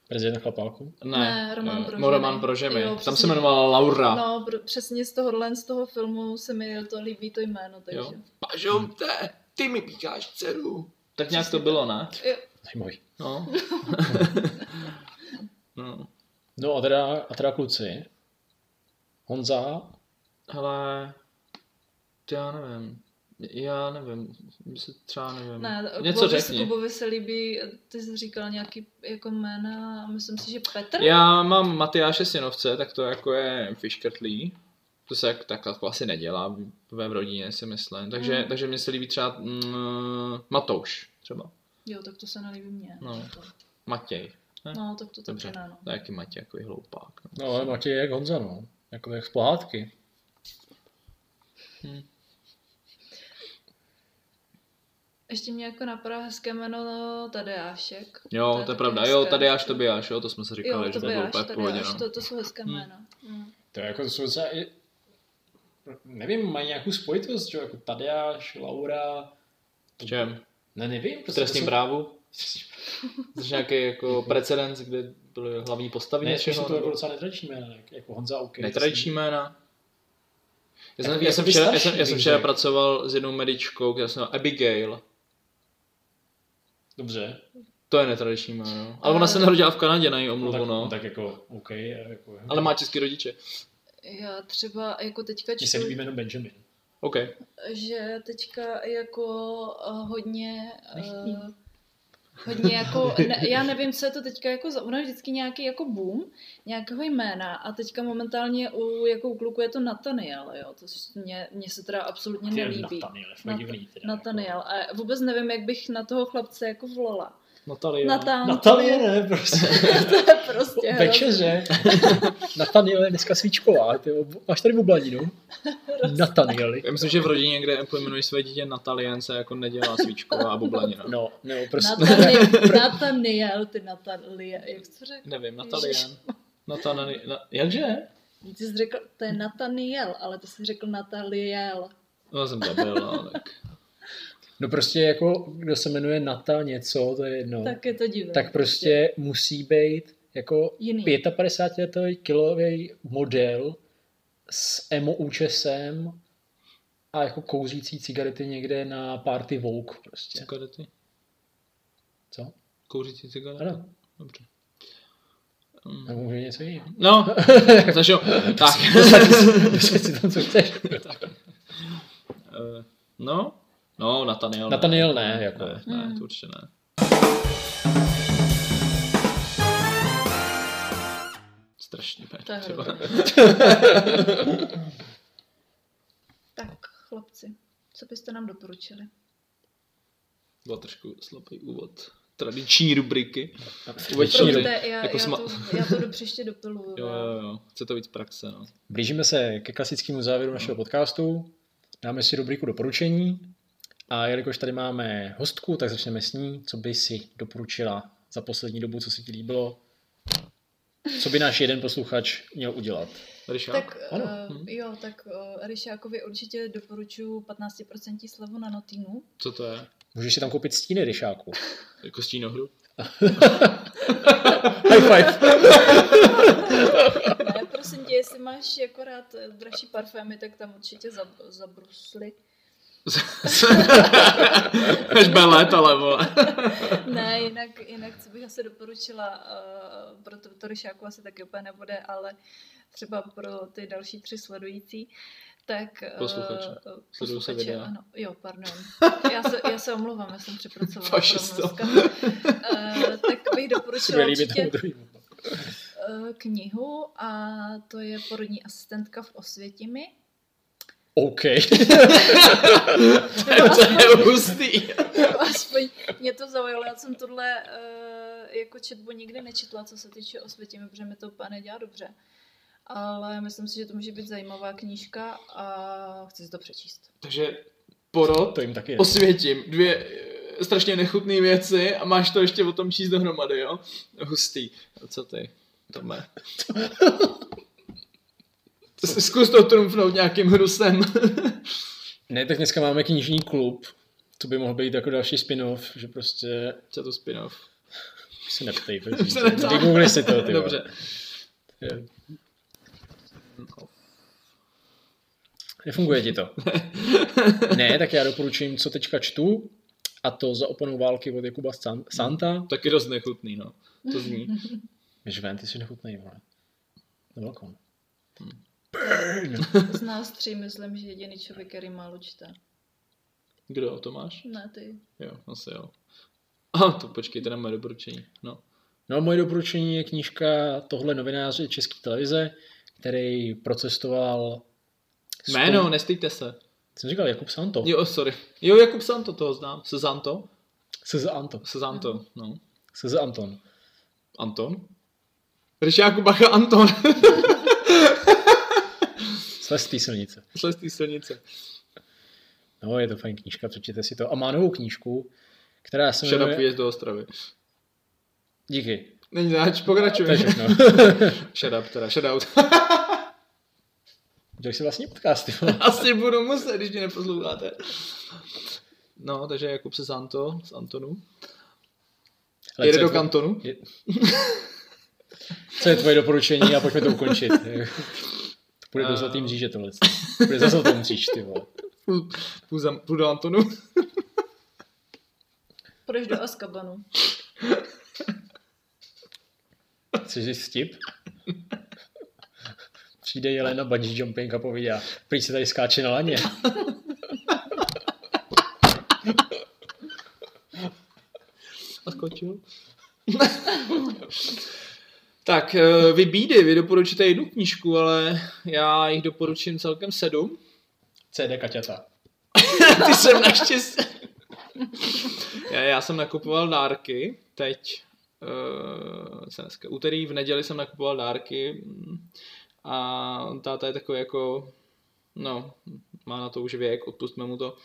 Speaker 1: Prezident chlapálku.
Speaker 2: Ne,
Speaker 3: Ne, Roman
Speaker 2: eh,
Speaker 3: Prožemi.
Speaker 2: no, Roman Prožemi.
Speaker 3: Jo,
Speaker 2: tam se
Speaker 3: přesně.
Speaker 2: jmenovala Laura. No.
Speaker 3: No, pr- přesně z tohohle, z toho filmu se mi to líbí to jméno, takže.
Speaker 2: Jo.
Speaker 3: Jo.
Speaker 4: Pažonte, ty mi píkáš dceru.
Speaker 2: Tak nějak to bylo, ne?
Speaker 1: Zajímavý.
Speaker 2: No. no.
Speaker 1: No a teda, a teda kluci. Honza,
Speaker 2: Hele, já nevím. Já nevím, se třeba nevím.
Speaker 3: Ne,
Speaker 2: Něco
Speaker 3: Kubovi,
Speaker 2: řekni.
Speaker 3: Kubovi se líbí, ty jsi říkal nějaký jako jména, myslím si, že Petr?
Speaker 2: Já mám Matyáše Synovce, tak to jako je fiškrtlý. To se jak, tak jako asi nedělá ve v rodině, si myslím. Takže,
Speaker 3: Mm.
Speaker 2: takže mě se líbí třeba mm, Matouš, třeba.
Speaker 3: Jo, tak to se nelíbí mně.
Speaker 2: No. Matěj.
Speaker 3: no tak to
Speaker 2: Dobře.
Speaker 3: taky ne, no.
Speaker 2: To je jaký Matěj, jako hloupák. No.
Speaker 1: no ale Matěj je jak Honza, no. Jako jak z pohádky.
Speaker 3: Ještě mě jako napadá hezké jméno Tadeášek.
Speaker 2: Jo, to je
Speaker 3: taky
Speaker 2: pravda.
Speaker 3: hezké.
Speaker 2: Jo, tady až to až, jo, to jsme si říkali,
Speaker 3: jo,
Speaker 2: že to bylo úplně v pohodě.
Speaker 3: Tadeáš,
Speaker 2: No.
Speaker 3: to, to jsou hezké jména. Hmm.
Speaker 1: To je jako to jsou docela i, nevím, mají nějakou spojitost, že jo, jako Tadeáš, Laura,
Speaker 2: V čem?
Speaker 1: ne, nevím.
Speaker 2: V
Speaker 1: Prostě
Speaker 2: trestním
Speaker 1: to jsou-
Speaker 2: právu? Což nějaký jako precedens, kde byly hlavní postavy
Speaker 1: Ne, spíš jsou
Speaker 2: něčeho?
Speaker 1: to jako
Speaker 2: nebo-
Speaker 1: docela netradiční jména, jak- jako Honza Auky.
Speaker 2: Netradiční jména. Já jsem,
Speaker 1: Jako-
Speaker 2: já jsem
Speaker 1: jako
Speaker 2: včera, já
Speaker 1: starší
Speaker 2: jsem, já jsem
Speaker 1: bych
Speaker 2: včera
Speaker 1: řekl.
Speaker 2: pracoval s jednou medičkou, která se jmenovala Abigail.
Speaker 1: Dobře.
Speaker 2: To je netradiční jméno. Ale ona se narodila v Kanadě, na její omluvu,
Speaker 1: tak,
Speaker 2: no.
Speaker 1: tak jako, OK. Jako,
Speaker 2: Ale má český rodiče.
Speaker 3: Já třeba jako teďka
Speaker 1: Mně se
Speaker 3: čtu,
Speaker 1: líbí jméno Benjamin.
Speaker 2: OK.
Speaker 3: že teďka jako eh, hodně... eh, Hodně jako, ne, já nevím, co je to teďka jako za, ono je vždycky nějaký jako boom, nějakého jména a teďka momentálně u, jako u kluku je to Nathaniel, jo, to s- mě, mě se teda absolutně
Speaker 1: Ty
Speaker 3: nelíbí.
Speaker 1: Nathaniel, je fakt
Speaker 3: Nat-
Speaker 1: divný. teda, jako.
Speaker 3: Nathaniel. A vůbec nevím, jak bych na toho chlapce jako vlala.
Speaker 2: Natalie.
Speaker 1: Jako.
Speaker 3: Nathan.
Speaker 1: Natalie ne, prostě.
Speaker 3: To je prostě hrozný.
Speaker 1: Večeře. Nathaniel je dneska svíčková. Ty, ob- máš tady bublaninu? Nathaniel.
Speaker 2: Já myslím, že v rodině, kde pojmenuje své dítě Natalie, se jako nedělá svíčková a bublanina.
Speaker 1: No, nebo prostě.
Speaker 3: Nathaniel, Nathaniel, ty Natalie, jak jsi to
Speaker 1: No.
Speaker 3: řekl?
Speaker 2: Nevím, Natalie. Natalie. Na, jakže?
Speaker 3: Ty jsi řekl, to je Nathaniel, ale ty jsi řekl Nataliel.
Speaker 2: No, jsem debil, no, tak.
Speaker 1: No prostě jako, kdo se jmenuje Nata něco, to je jedno.
Speaker 3: Tak je to divné.
Speaker 1: No. tak prostě musí být jako
Speaker 3: Jiný.
Speaker 1: 55-letý kilový model s emo účesem a jako kouřící cigarety někde na party Vogue prostě.
Speaker 2: Cigarety?
Speaker 1: Co?
Speaker 2: Kouřící cigarety?
Speaker 1: Ano.
Speaker 2: Dobře. Mm.
Speaker 1: Nebo může něco jiného.
Speaker 2: No, zašel. tak.
Speaker 1: Prostě si tam co chceš.
Speaker 2: Eh, no, no, Nathaniel. Eh,
Speaker 1: Nathaniel ne, jako.
Speaker 2: Ne, ne,
Speaker 3: Hmm.
Speaker 2: to určitě ne. Strašně
Speaker 3: To je
Speaker 2: pěkně.
Speaker 3: hrozné. Tak, chlapci, co byste nám doporučili?
Speaker 2: Byl trošku slabý úvod. Tradiční rubriky.
Speaker 1: Určitě.
Speaker 2: Uveční
Speaker 3: Promiňte, já,
Speaker 2: jako
Speaker 3: já,
Speaker 2: sma-
Speaker 3: to, já to do příště dopiluju.
Speaker 2: Jo, jo, jo. Chce to víc praxe, no.
Speaker 1: Blížíme se ke klasickému závěru našeho podcastu. Dáme si rubriku doporučení. A jelikož tady máme hostku, tak začneme s ní. Co by si doporučila za poslední dobu, co se ti líbilo? Co by náš jeden posluchač měl udělat?
Speaker 2: Ryšák.
Speaker 3: Tak,
Speaker 1: Ano.
Speaker 3: uh,
Speaker 2: Mhm.
Speaker 3: jo, tak uh, Ryšákovi určitě doporučuji 15% slevu na notýnu.
Speaker 2: Co to je?
Speaker 1: Můžeš si tam koupit stíny ryšáku.
Speaker 2: Jako stínohru?
Speaker 1: High five.
Speaker 3: Ne, prosím tě, jestli máš jako rád eh, dražší parfémy, tak tam určitě zab, zabrusli.
Speaker 2: Až belet, ale vole.
Speaker 3: Ne, jinak, jinak co bych asi doporučila, uh, pro to, to ryšáku asi taky úplně nebude, ale třeba pro ty další tři sledující, tak... eh,
Speaker 2: Posluchače. Sledují se
Speaker 3: posluchače,
Speaker 2: videa.
Speaker 3: ano. Jo, pardon. Já se, já se omlouvám, já jsem přepracovala.
Speaker 2: Fašisto.
Speaker 3: Uh, tak bych
Speaker 1: Se bude
Speaker 3: doporučila
Speaker 1: líbit
Speaker 3: určitě
Speaker 1: tomu druhému.
Speaker 3: eh, knihu a to je Porodní asistentka v Osvětimi.
Speaker 1: OK.
Speaker 2: To je hustý.
Speaker 3: Nebo aspoň mě to zaujalo. Já jsem tohle uh, jako četbu nikdy nečetla, co se týče osvětím, protože mi to úplně nedělá dobře. Ale myslím si, že to může být zajímavá knížka a chci si to přečíst.
Speaker 2: Takže porod
Speaker 1: To jim taky je.
Speaker 2: osvětím dvě eh, strašně nechutné věci a máš to ještě o tom číst dohromady, jo? Hustý. A co ty? Tome. S- Zkus to trumfnout nějakým hrusem.
Speaker 1: Ne, tak dneska máme knižní klub. To by mohl být jako další spin-off, že prostě
Speaker 2: Co to spin-off?
Speaker 1: se neptej.
Speaker 2: se neptám.
Speaker 1: Vygoogli si to. Ty vole.
Speaker 2: Dobře. No.
Speaker 1: Nefunguje ti to. ne, tak já doporučím, co teďka čtu, a to za oponou války od Jakuba San- Santa.
Speaker 2: Taky dost nechutný, no. To zní.
Speaker 1: Víš, ven, ty jsi nechutnej, vole. Na balkon.
Speaker 3: Z nás tří myslím, že jediný člověk, který málo čte.
Speaker 2: Kdo to máš?
Speaker 3: Ne, ty.
Speaker 2: Jo, asi jo. A to počkej, teda moje doporučení. No.
Speaker 1: No a moje doporučení je knížka tohle novináře České televize, který procestoval... sto-
Speaker 2: Jméno, nestýte se.
Speaker 1: Jsem říkal Jakub Santo. Jo.
Speaker 2: Jo, sorry. Jo, Jakub Santo toho znám. Sezanto?
Speaker 1: SZ Anton.
Speaker 2: Sezanto, no.
Speaker 1: SZ Anton.
Speaker 2: Anton? Ryšáku bacha Anton.
Speaker 1: Slez z té silnice.
Speaker 2: Slez té silnice.
Speaker 1: No, je to fajn knížka, přečtěte si to. A má novou knížku, která se
Speaker 2: Shut up,
Speaker 1: jmenuje...
Speaker 2: výjezd do Ostravy.
Speaker 1: Díky.
Speaker 2: Není zač,
Speaker 1: To je
Speaker 2: pokračuj.
Speaker 1: všechno.
Speaker 2: Shut up, teda shut out.
Speaker 1: Dělej si vlastní vlastně podcast, ty vole.
Speaker 2: Asi budu muset, když mě neposloucháte. No, takže Jakub se z Anto, z Antonu.
Speaker 1: Ale
Speaker 2: Jede
Speaker 1: co je
Speaker 2: do
Speaker 1: tvoje-
Speaker 2: kantonu.
Speaker 1: je- Co je tvoje doporučení a pojďme to ukončit. Půjde do
Speaker 2: A-
Speaker 1: zlatý mříže tohle. Půjde za zlatou mříž, ty vole.
Speaker 2: Půjdu- Půjdu, za- půjdu do Antonu.
Speaker 3: Půjdeš do Azkabanu.
Speaker 1: Chceš říct vtip? Přijde Jelena bungee jumping a povídá, prý se tady skáče na laně.
Speaker 2: A skočil. tak, eh, vy bídy, vy doporučíte jednu knížku, ale já jich doporučím celkem sedm.
Speaker 1: CD Kaťata.
Speaker 2: Ty jsem naštěstí. já, já jsem nakupoval dárky teď. Uh, co je dneska? Úterý v neděli jsem nakupoval dárky mm, a táta je takový jako, no, má na to už věk, odpustme mu to.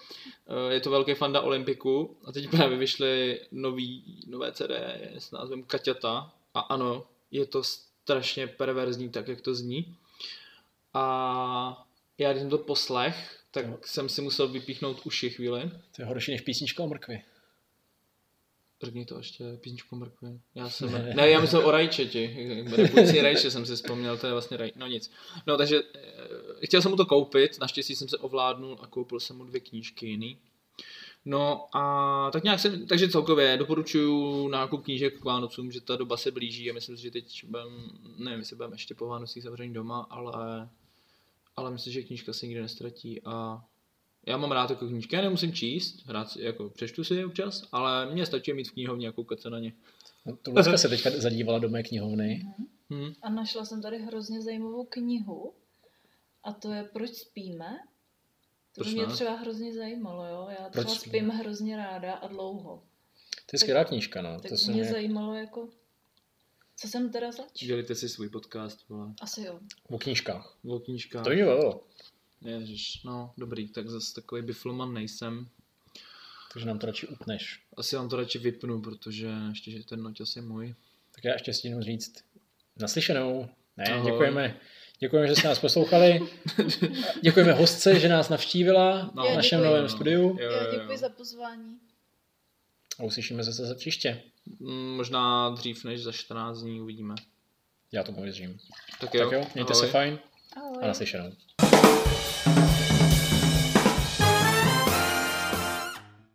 Speaker 2: Eh, je to velký fanda Olympiku a teď právě vyšly nový, nové CD s názvem Kaťata a ano, je to strašně perverzní tak, jak to zní. A já když jsem to poslech, tak
Speaker 1: Jo.
Speaker 2: jsem si musel vypíchnout uši chvíli.
Speaker 1: To je horší než písnička o mrkvi.
Speaker 2: Řekni to ještě, písničku mrkvě. Já jsem...
Speaker 1: Ne.
Speaker 2: Ne, ne já myslím o rajčeti. Repulcí rajče jsem si vzpomněl, to je vlastně raj... No nic. No takže eh, chtěl jsem mu to koupit, naštěstí jsem se ovládnul a koupil jsem mu dvě knížky jiný. No a tak nějak jsem, takže celkově doporučuju nákup knížek k Vánocům, že ta doba se blíží a myslím si, že teď budem, nevím, jestli budeme ještě po Vánocích zavření doma, ale, ale myslím, že knížka se nikdy nestratí a já mám rád jako knížky, já nemusím číst, rád si, jako přečtu si je občas, ale mně stačí mít v knihovně a koukat se na ně.
Speaker 1: No, To Lucka se teďka zadívala do mé knihovny.
Speaker 2: Hm.
Speaker 3: A našla jsem tady hrozně zajímavou knihu. A to je Proč spíme? To by
Speaker 2: Proč
Speaker 3: mě
Speaker 2: ne?
Speaker 3: třeba hrozně zajímalo, jo? Já
Speaker 1: Proč
Speaker 3: třeba
Speaker 1: spíme?
Speaker 3: spím hrozně ráda a dlouho.
Speaker 1: To je skvělá knížka, no.
Speaker 3: Tak
Speaker 1: To
Speaker 3: to
Speaker 1: jsem
Speaker 3: mě
Speaker 1: jak...
Speaker 3: zajímalo jako, co jsem teda zač?
Speaker 2: Dělíte si svůj podcast, vole,
Speaker 3: Asi jo.
Speaker 1: o knížkách.
Speaker 2: o knížkách.
Speaker 1: To mě bavilo.
Speaker 2: Ježiš, no dobrý, tak zase takový bifloman nejsem.
Speaker 1: Takže nám to radši utneš.
Speaker 2: Asi vám to radši vypnu, protože ještě, že ten noťas je můj.
Speaker 1: Tak já ještě stínu říct naslyšenou. Ne,
Speaker 2: Ahoj.
Speaker 1: děkujeme. Děkujeme, že jste nás poslouchali. Děkujeme hostce, že nás navštívila
Speaker 2: No.
Speaker 1: v
Speaker 3: Já
Speaker 1: našem
Speaker 3: děkuji.
Speaker 1: novém studiu.
Speaker 2: Jo,
Speaker 3: jo,
Speaker 2: jo, jo.
Speaker 3: děkuji za pozvání.
Speaker 1: A uslyšíme se zase příště.
Speaker 2: Mm, Možná dřív než za 14 dní uvidíme.
Speaker 1: Já tomu věřím.
Speaker 2: Tak jo,
Speaker 1: Tak jo, mějte se
Speaker 2: ahoj.
Speaker 1: fajn
Speaker 3: Ahoj.
Speaker 1: a naslyšenou.